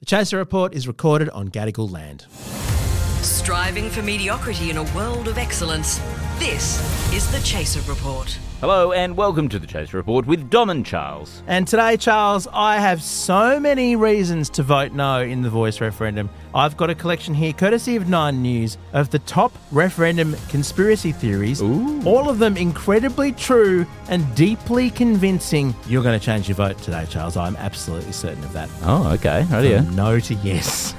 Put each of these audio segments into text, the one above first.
The Chaser Report is recorded on Gadigal land. Striving for mediocrity in a world of excellence. This is the Chaser Report. Hello and welcome to the Chase Report with Dom and Charles. And today, Charles, I have so many reasons to vote no in the voice referendum. I've got a collection here, courtesy of Nine News, of the top referendum conspiracy theories. All of them incredibly true and deeply convincing. You're going to change your vote today, Charles. I'm absolutely certain of that. Oh, okay. Right From no to yes.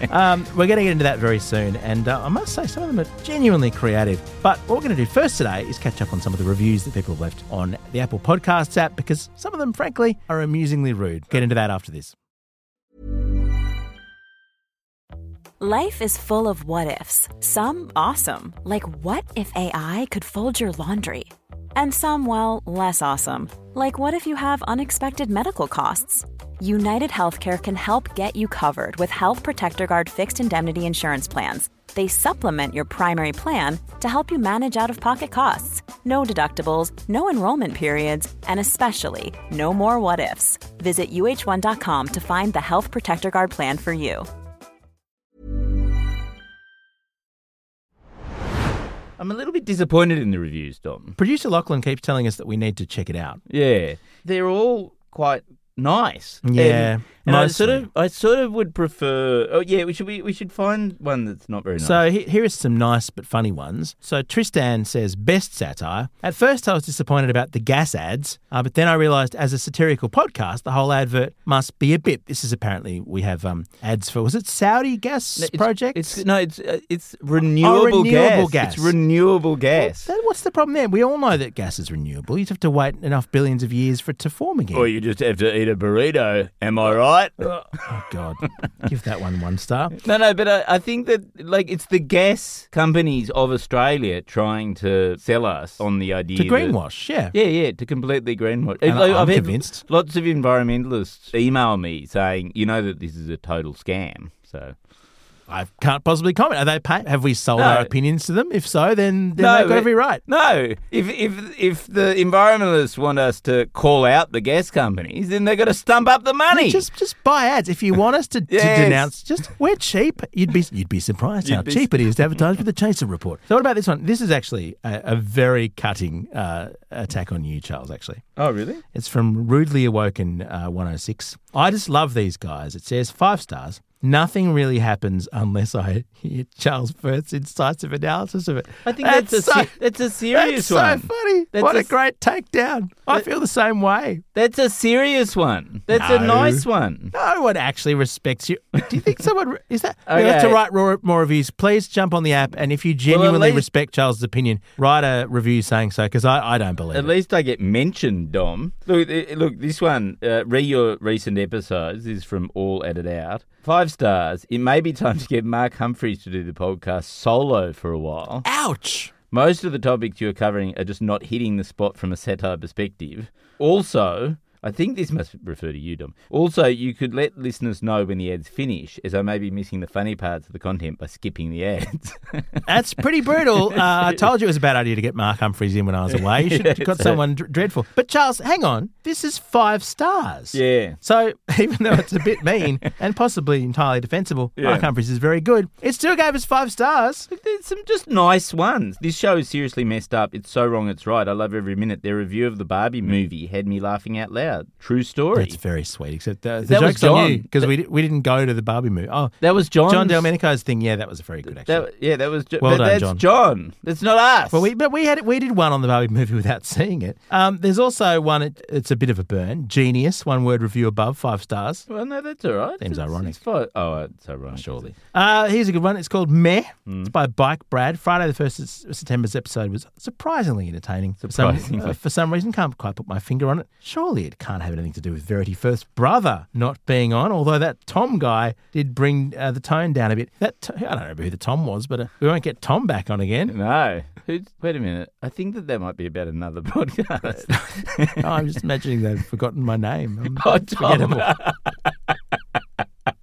um, we're going to get into that very soon, and uh, I must say some of them are genuinely creative. But what we're going to do first today is catch up on some of the reviews that people have left on the Apple Podcasts app because some of them, frankly, are amusingly rude. Get into that after this. Life is full of what ifs. Some awesome, like what if AI could fold your laundry? And some, well, less awesome, like what if you have unexpected medical costs? United Healthcare can help get you covered with Health Protector Guard fixed indemnity insurance plans. They supplement your primary plan to help you manage out of pocket costs. No deductibles, no enrollment periods, and especially no more what ifs. Visit uh1.com to find the Health Protector Guard plan for you. I'm a little bit disappointed in the reviews, Dom. Producer Lachlan keeps telling us that we need to check it out. Yeah. They're all quite nice. Yeah, And, and I mostly. sort of I sort of would prefer Oh yeah, we should we, we should find one that's not very nice. So he- here is some nice but funny ones. So Tristan says best satire. At first, I was disappointed about the gas ads, uh, but then I realised as a satirical podcast, the whole advert must be a bit. This is apparently we have um, ads for was it Saudi gas No, it's- project? It's no, it's uh, it's renewable, renewable gas. gas. It's renewable gas. Then what's the problem there? We all know that gas is renewable. You just have to wait enough billions of years for it to form again. you just have to eat a burrito. Am I right? Oh God, give that one one star. No, no, but I, I think that like it's the gas companies of Australia trying to sell us on the idea To that- greenwash, yeah. Yeah, yeah, to completely greenwash. And I- I'm had convinced. Lots of environmentalists email me saying, "You know that this is a total scam." So I can't possibly comment. Are they pay- Have we sold No. our opinions to them? If so, then, then they've got but- every right. No, if if if the environmentalists want us to call out the gas companies, then they got to stump up the money. Just just buy ads if you want us to, Yes. to denounce. Just we're cheap. You'd be you'd be surprised how You'd be cheap it is to advertise with the Chaser Report. So what about this one? This is actually a, a very cutting uh, attack on you, Charles. Actually, oh, really? it's from Rudely Awoken uh, 106. I just love these guys. It says five stars. Nothing really happens unless I hear Charles Firth's incisive analysis of it. I think that's, a so, se- that's a that's serious so one. funny. That's what a a, s- great takedown. I feel the same way. That's a serious one. That's a No. nice one. No one actually respects you. Do you think someone re- is that? We have Okay. to write more, more reviews. Please jump on the app, and if you genuinely least- respect Charles' opinion, write a review saying so because I, I don't believe At it. least I get mentioned, Dom. Look, eh, look. This one, uh, read your recent episodes. This is from All Edit Out. Five stars. It may be time to get Mark Humphreys to do the podcast solo for a while. Ouch! Most of the topics you're covering are just not hitting the spot from a satire perspective. Also, I think this must refer to you, Dom. Also, you could let listeners know when the ads finish, as I may be missing the funny parts of the content by skipping the ads. That's pretty brutal. Uh, I told you it was a bad idea to get Mark Humphries in when I was away. You should have got someone dr- dreadful. But Charles, hang on. This is five stars. yeah. So even though it's a bit mean and possibly entirely defensible, Yeah. Mark Humphries is very good. It still gave us five stars. Look, there's some just nice ones. This show is seriously messed up. It's so wrong, it's right. I love every minute. Their review of the Barbie movie had me laughing out loud. True story. That's very sweet. Except the, the That was joke's on you John. because we, di- we didn't go to the Barbie movie. Oh, that was John's- John Delmenico's thing. Yeah, that was very good actually. That, yeah, that was. Jo- Well but done, that's John. John. That's not us. well, we, but we had we did one on the Barbie movie without seeing it. Um, there's also one. It, it's a bit of a burn. Genius. One word review above five stars. Well, no, that's all right. Seems It's- ironic. It's fine. Oh, it's ironic. Surely. Mm. Uh, here's a good one. It's called Meh. It's by Bike Brad. Friday the first of September's episode was surprisingly entertaining. For some- Surprisingly. uh, for some reason, can't quite put my finger on it. Surely it can't have anything to do with Verity Firth's brother not being on, although that Tom guy did bring uh, the tone down a bit. That t- I don't know who the Tom was, but uh, we won't get Tom back on again. No. Who's, wait a minute. I think that that might be about another podcast. Oh, I'm just imagining they've forgotten my name. I'm- Oh, it's forgettable.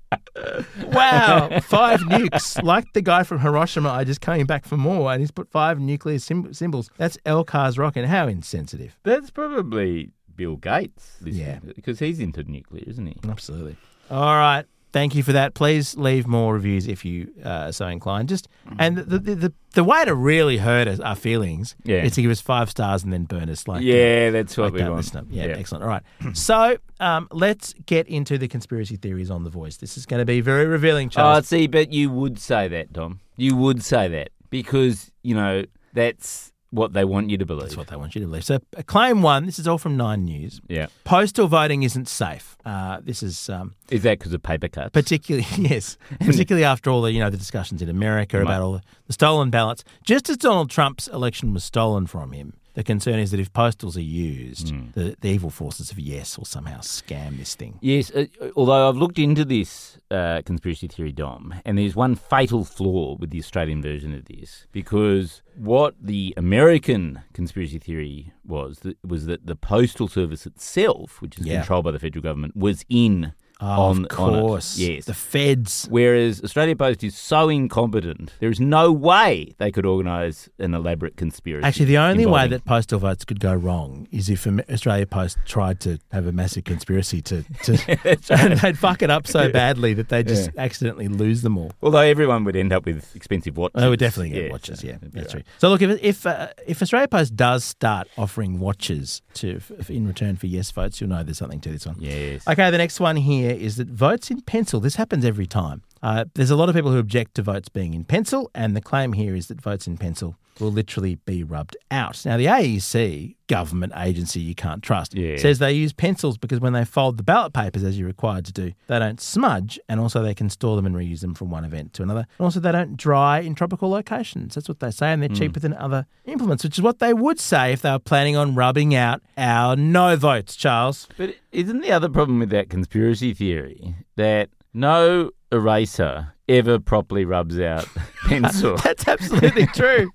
wow, five nukes. Like the guy from Hiroshima, I just came back for more, and he's put five nuclear sym- symbols. That's Elkar's rocket. How insensitive. that's probably Bill Gates. Yeah. Because he's into nuclear, isn't he? Absolutely. All right. Thank you for that. Please leave more reviews if you uh, are so inclined. Just and the, the the the way to really hurt us, our feelings Yeah. is to give us five stars and then burn us like uh, Yeah, that's what like we that, want. listener. Yeah, excellent. All right, so um, let's get into the conspiracy theories on The Voice. This is going to be very revealing, Oh, Charles. see, but you would say that, Dom. You would say that because you know that's what they want you to believe. That's what they want you to believe. So, uh, claim one. This is all from Nine News. yeah, Postal voting isn't safe. Uh, this is um, is that because of paper cuts? particularly yes, particularly after all the you know the discussions in America about all the, the stolen ballots. Just as Donald Trump's election was stolen from him, the concern is that if postals are used, Hmm. the, the evil forces of yes will somehow scam this thing. Yes, uh, although I've looked into this uh, conspiracy theory, Dom, and there's one fatal flaw with the Australian version of this because what the American conspiracy theory was that, was that the postal service itself, which is Yeah. controlled by the federal government, was in Oh, on of on it. course, Yes, the feds. Whereas Australia Post is so incompetent, there is no way they could organise an elaborate conspiracy. Actually, the only way involving- that postal votes could go wrong is if Am- Australia Post tried to have a massive conspiracy to, to and they'd fuck it up so badly that they just accidentally lose them all. although everyone would end up with expensive watches, They would Oh, definitely get Yes, watches. so Yeah, it'd be that's right. true. So look, if if, uh, if Australia Post does start offering watches to f- f- in return for yes votes, you'll know there's something to this one. Yes. Okay, the next one here is that votes in pencil. This happens every time. Uh, there's a lot of people who object to votes being in pencil, and the claim here is that votes in pencil will literally be rubbed out. Now, the AEC, government agency you can't trust, Yeah. says they use pencils because when they fold the ballot papers, as you're required to do, they don't smudge, and also they can store them and reuse them from one event to another. And also, they don't dry in tropical locations. That's what they say, and they're cheaper than other implements, which is what they would say if they were planning on rubbing out our no votes, Charles. But isn't the other problem with that conspiracy theory that no eraser ever properly rubs out pencil? That's absolutely true.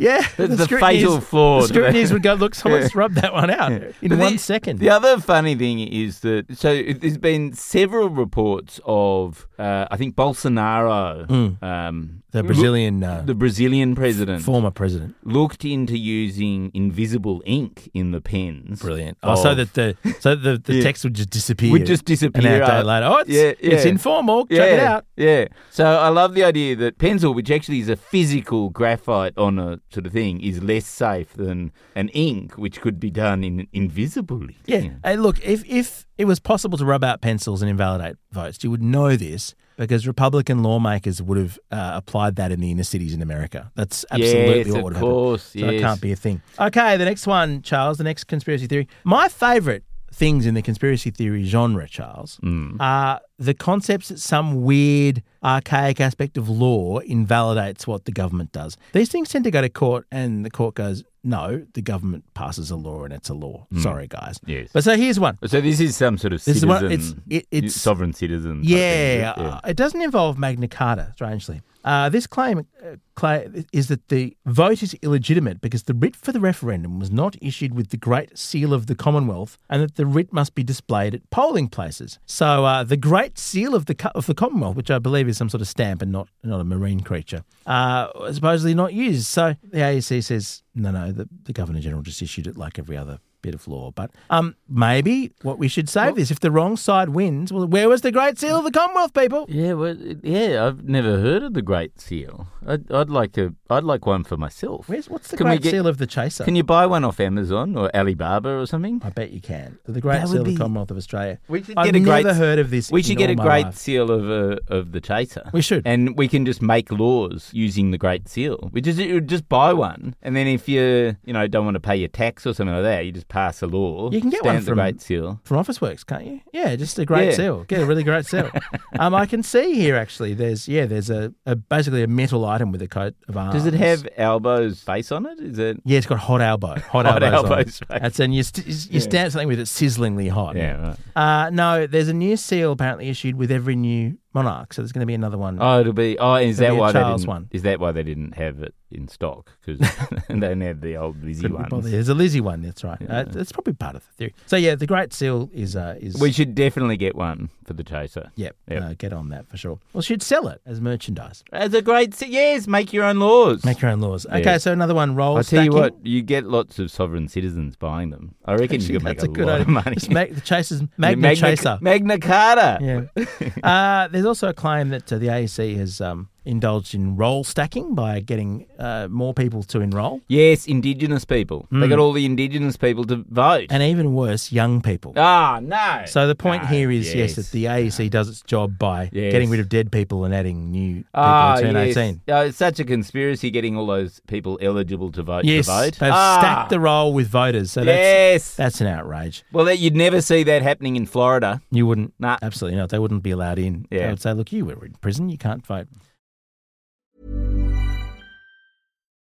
Yeah, That's the scrutineers- fatal flaw. The scrutineers would go, look, someone's rubbed that one out in But one the- second. The other funny thing is that so it- there's been several reports of uh, I think Bolsonaro, um, Mm. The Brazilian uh, the Brazilian president, former president. looked into using invisible ink in the pens. Oh, so of- that the so the, the Yeah. text would just disappear. would just disappear An hour out. later. Oh, it's, Yeah, it's yeah. informal. Yeah, Check it out. Yeah. So I love the idea that pencil, which actually is a physical graphite on a sort of thing, is less safe than an ink, which could be done in invisibly. Yeah. Hey, look, if if it was possible to rub out pencils and invalidate votes, you would know this because Republican lawmakers would have uh, applied that in the inner cities in America. That's absolutely Yes, what of would course, happen. So that yes. can't be a thing. Okay, the next one, Charles. The next conspiracy theory. My favorite things in the conspiracy theory genre, Charles, are the concepts that some weird archaic aspect of law invalidates what the government does. These things tend to go to court, and the court goes. No, the government passes a law and it's a law. Sorry, guys. Yes. But so here's one. So this is some sort of This is citizen, what- it's- it- it's- sovereign citizen. type thing, is Yeah, it? uh, it doesn't involve Magna Carta, strangely. Uh, this claim, uh, claim is that the vote is illegitimate because the writ for the referendum was not issued with the Great Seal of the Commonwealth, and that the writ must be displayed at polling places. So uh, the Great Seal of the co- of the Commonwealth, which I believe is some sort of stamp and not not a marine creature, uh, was supposedly not used. So the AEC says no, no, the, the Governor General just issued it like every other bit of law. But um, maybe what we should save this if the wrong side wins. Well, where was the Great Seal of the Commonwealth, people? Yeah, well, yeah. I've never heard of the Great Seal. I'd, I'd like to. I'd like one for myself. Where's what's the Can we Great get- Seal of the Chaser? Can you buy one off Amazon or Alibaba or something? I bet you can. The Great That would Seal of the be- Commonwealth of Australia. We should I've get a never great- heard of this. We should in get all a my great life. seal of uh, of the chaser. We should. and we can just make laws using the great seal. We just you just buy one, and then if you you know don't want to pay your tax or something like that, you just pass a law. You can get stamp one the from- great seal. from Officeworks, can't you? Yeah, just a great Yeah. seal. Get a really great seal. um, I can see here actually. There's yeah, there's a, a basically a metal item with a coat of arms. Does it have Albo's face on it? Is it? Yeah, it's got hot elbow. Hot, Hot elbows. on it. elbows, right. That's and you st- you stamp something with it sizzlingly hot. Yeah, right. Uh, no, there's a new seal apparently issued with every new Monarch, so there's going to be another one. Oh, it'll be. Oh, is It'll that be a why Charles they didn't? one. Is that why they didn't have it in stock? Because they had the old Lizzie Couldn't be ones. bothered. There's a Lizzie one. That's right. Uh, that's probably part of the theory. So yeah, the Great Seal is uh, is We should definitely get one for the chaser. Yep. Yep. No, get on that for sure. Well, she'd sell it as merchandise. As a great, se- yes, make your own laws. Make your own laws. Okay, so another one. Roll. I tell stacking. you what, you get lots of sovereign citizens buying them. I reckon you can make That's a, good idea. lot of money. Just make the chasers Magna, Chaser. Magna Carta. yeah. Uh, there's also a claim that uh, the AEC has um, indulged in roll stacking by getting uh, more people to enrol, Yes, Indigenous people. They got all the Indigenous people to vote. Mm. and even worse, young people. ah, no. so the point No, here is yes, that the AEC does its job by Yes. getting rid of dead people and adding new people Ah, who turn yes. 18. Oh, it's such a conspiracy getting all those people eligible to vote. Yes, to vote. they've Ah, stacked the roll with voters. So that's yes. that's an outrage. well, that, you'd never see that happening in Florida. You wouldn't. Nah. Absolutely not. They wouldn't be allowed in. They Yeah. would say, look, you were in prison. You can't vote.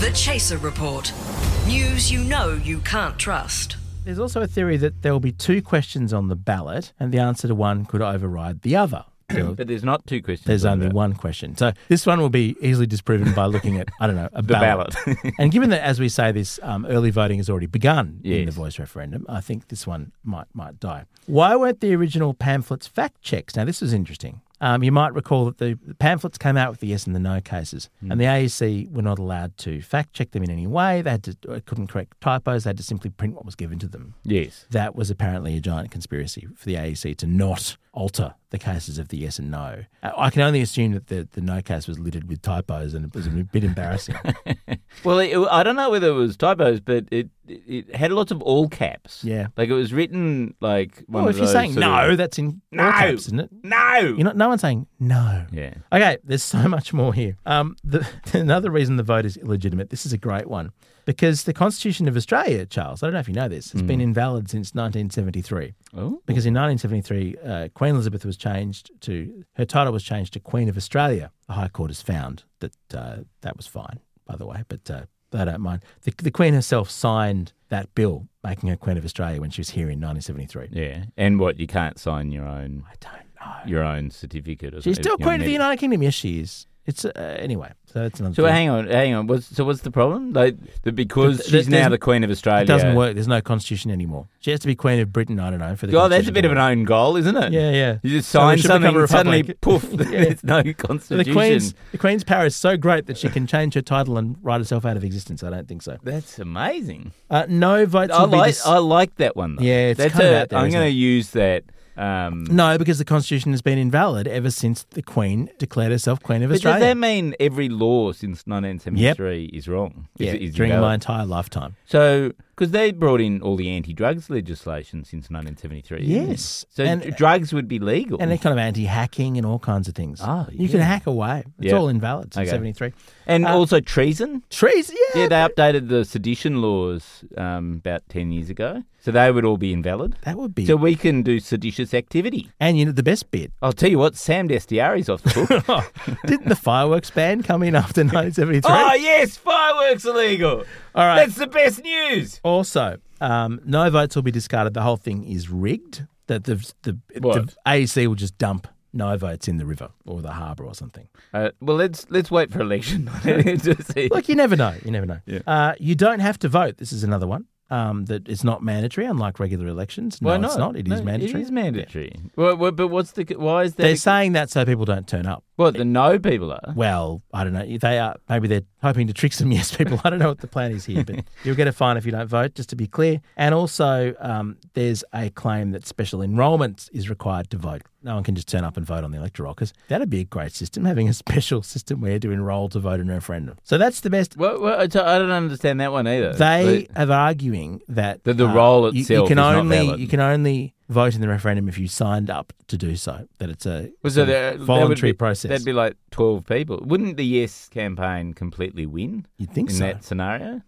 The Chaser Report. News you know you can't trust. There's also a theory that there will be two questions on the ballot, and the answer to one could override the other. So But there's not two questions. There's on only that. one question. So this one will be easily disproven by looking at, I don't know, a ballot. ballot. and given that, as we say, this um, early voting has already begun in the Yes. voice referendum, I think this one might might die. Why weren't the original pamphlets fact checks? Now, this was interesting. Um, you might recall that the the pamphlets came out with the yes and the no cases, Hmm. and the AEC were not allowed to fact check them in any way. They had to, uh, couldn't correct typos. They had to simply print what was given to them Yes. that was apparently a giant conspiracy for the AEC to not alter the cases of the yes and no. Uh, I I can only assume that the, the no case was littered with typos and it was a bit embarrassing. Well, it, I don't know whether it was typos, but it it had lots of all caps. Yeah. Like it was written like. well, one if of you're those saying sort no, of- that's in No! all caps, isn't it? no. You're not, no one's saying no. Yeah. Okay, there's so much more here. Um, the, another reason the vote is illegitimate, this is a great one, because the Constitution of Australia, Charles, I don't know if you know this, has been Mm. invalid since 1973. Oh. because in 1973 uh, Queen Elizabeth was changed to her title was changed to Queen of Australia. The High Court has found that uh, that was fine, by the way, but uh, they don't mind. The, the Queen herself signed that bill making her Queen of Australia when she was here in 1973. Yeah. And what you can't sign your own I don't know. your own certificate. Of She's still your Queen of the med- United Kingdom. Yes, she is. It's uh, anyway. So that's another. So thing. hang on, hang on. What's, so what's the problem? Like, that because Th- th- she's now there's- the Queen of Australia. it doesn't work. There's no constitution anymore. She has to be Queen of Britain. I don't know for the. Oh, that's a constitution bit to of an work. own goal, isn't it? Yeah, yeah. You just So we sign should something, become a and suddenly republic. poof, there's no So the constitution. Queen's the Queen's power is so great that she can change her title and write herself out of existence. I don't think so. That's amazing. Uh, no votes I will be like dis- I like that one. Though. Yeah, it's that's kind of a, out there, I'm isn't going it? to use that. Um, No, because the Constitution has been invalid ever since the Queen declared herself Queen of but does Australia. that mean every law since 1973 is wrong? Is- yeah, is during my invalid? entire lifetime. So, because they brought in all the anti-drugs legislation since 1973. didn't they? Yes. So And- dr- drugs would be legal. And they're kind of anti-hacking and all kinds of things. Oh, You can yeah. hack away. It's Yeah. all invalid since Okay. 73. And Uh, also treason. Trees, yeah. Yeah, they updated the sedition laws um, about 10 years ago. So they would all be invalid. that would be... So we can do seditious activity. and you know the best bit. I'll tell you what, Sam Destiari's off the hook. Didn't the fireworks ban come in after 1973? oh, yes, fireworks illegal. All right. That's the best news. Also, um, no votes will be discarded. The whole thing is rigged. That the the, the What? AEC will just dump no votes in the river or the harbour or something. Uh, well, let's let's wait for election. to see. Look, you never know. You never know. Uh, you don't have to vote. This is another one. Um, that it's not mandatory, unlike regular elections. No, Why it's not. It is No, mandatory. It is mandatory. Well, well, but what's the? Why is that? They're saying that so people don't turn up. what the no people are? Well, I don't know. They are maybe they're hoping to trick some yes people. I don't know what the plan is here, but you'll get a fine if you don't vote, just to be clear. And also, um, there's a claim that special enrolment is required to vote. No one can just turn up and vote on the electoral because that'd be a great system, having a special system where to enrol to vote in a referendum. So that's the best. Well, well, I don't I don't understand that one either. They But- are arguing that uh, That the role you- itself you, can is not only valid. you can only vote in the referendum if you signed up to do so. That it's a Well, sort of there- that would voluntary be- process. That'd be like 12 people. Wouldn't the Yes campaign completely win You'd think in so. that scenario?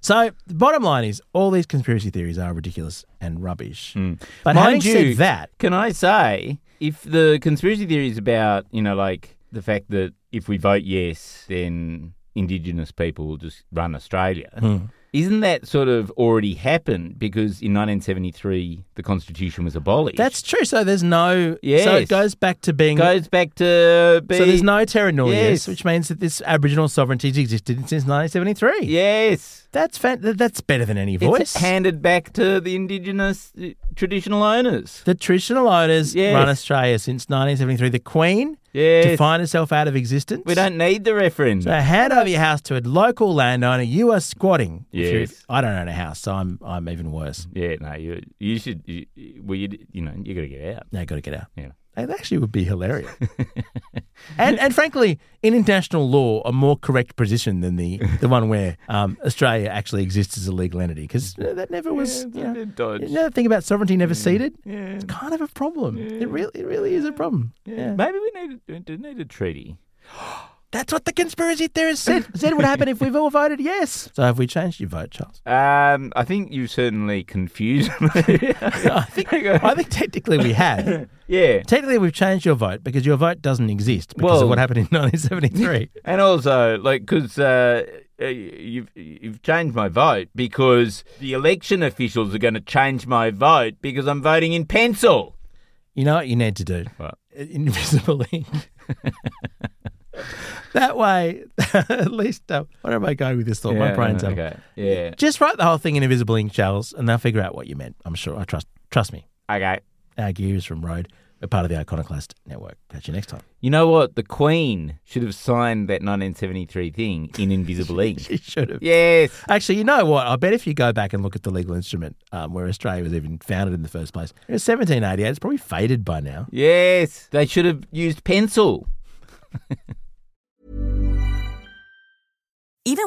So the bottom line is all these conspiracy theories are ridiculous and rubbish. But Hmm. Mind having you, said that, Can I say, if the conspiracy theory is about, you know, like the fact that if we vote yes, then Indigenous people will just run Australia, Hmm. isn't that sort of already happened? Because in 1973, the Constitution was abolished. that's true. So there's no. So Yes. it goes back to being. goes back to be, so there's no terra nullius, Yes. which means that this Aboriginal sovereignty has existed since 1973. yes. That's fan- th- that's better than any voice. It's handed back to the indigenous uh, traditional owners. the traditional owners Yes. run Australia since 1973. The Queen to Yes. find herself out of existence. We don't need the referendum. So hand over your house to a local landowner. You are squatting. If you're- Yes. I don't own a house, so I'm I'm even worse. Yeah, no, you you should. You, well, you you know you got to get out. Now got to get out. Yeah. It actually would be hilarious. and and frankly, in international law, a more correct position than the, the one where um, Australia actually exists as a legal entity because that never was. it's a you know, bit dodge. You know the thing about sovereignty never ceded? It's kind of a problem. It really it really is a problem. Yeah. Maybe we need we do need a treaty. That's what the conspiracy theorists said said would happen if we've all voted yes. So have we changed your vote, Charles? Um, I think you certainly confused me. I think I think technically we have. yeah, Technically, we've changed your vote because your vote doesn't exist because Well- of what happened in 1973. and also like because uh, uh, you've you've changed my vote because the election officials are going to change my vote because I'm voting in pencil. You know what you need to do? Uh, What? Invisible ink. that way, at least. Uh, where am I going with this thought? My Yeah, brain's up. okay. Yeah. Just write the whole thing in invisible ink, Charles, and they'll figure out what you meant. I'm sure. I trust. Trust me. Okay. Our gears from Road. We're part of the Iconoclast Network. Catch you next time. You know what? The Queen should have signed that 1973 thing in invisible ink. You should have. yes. Actually, you know what? I bet if you go back and look at the legal instrument um, where Australia was even founded in the first place, it was 1788. It's probably faded by now. Yes, they should have used pencil. Even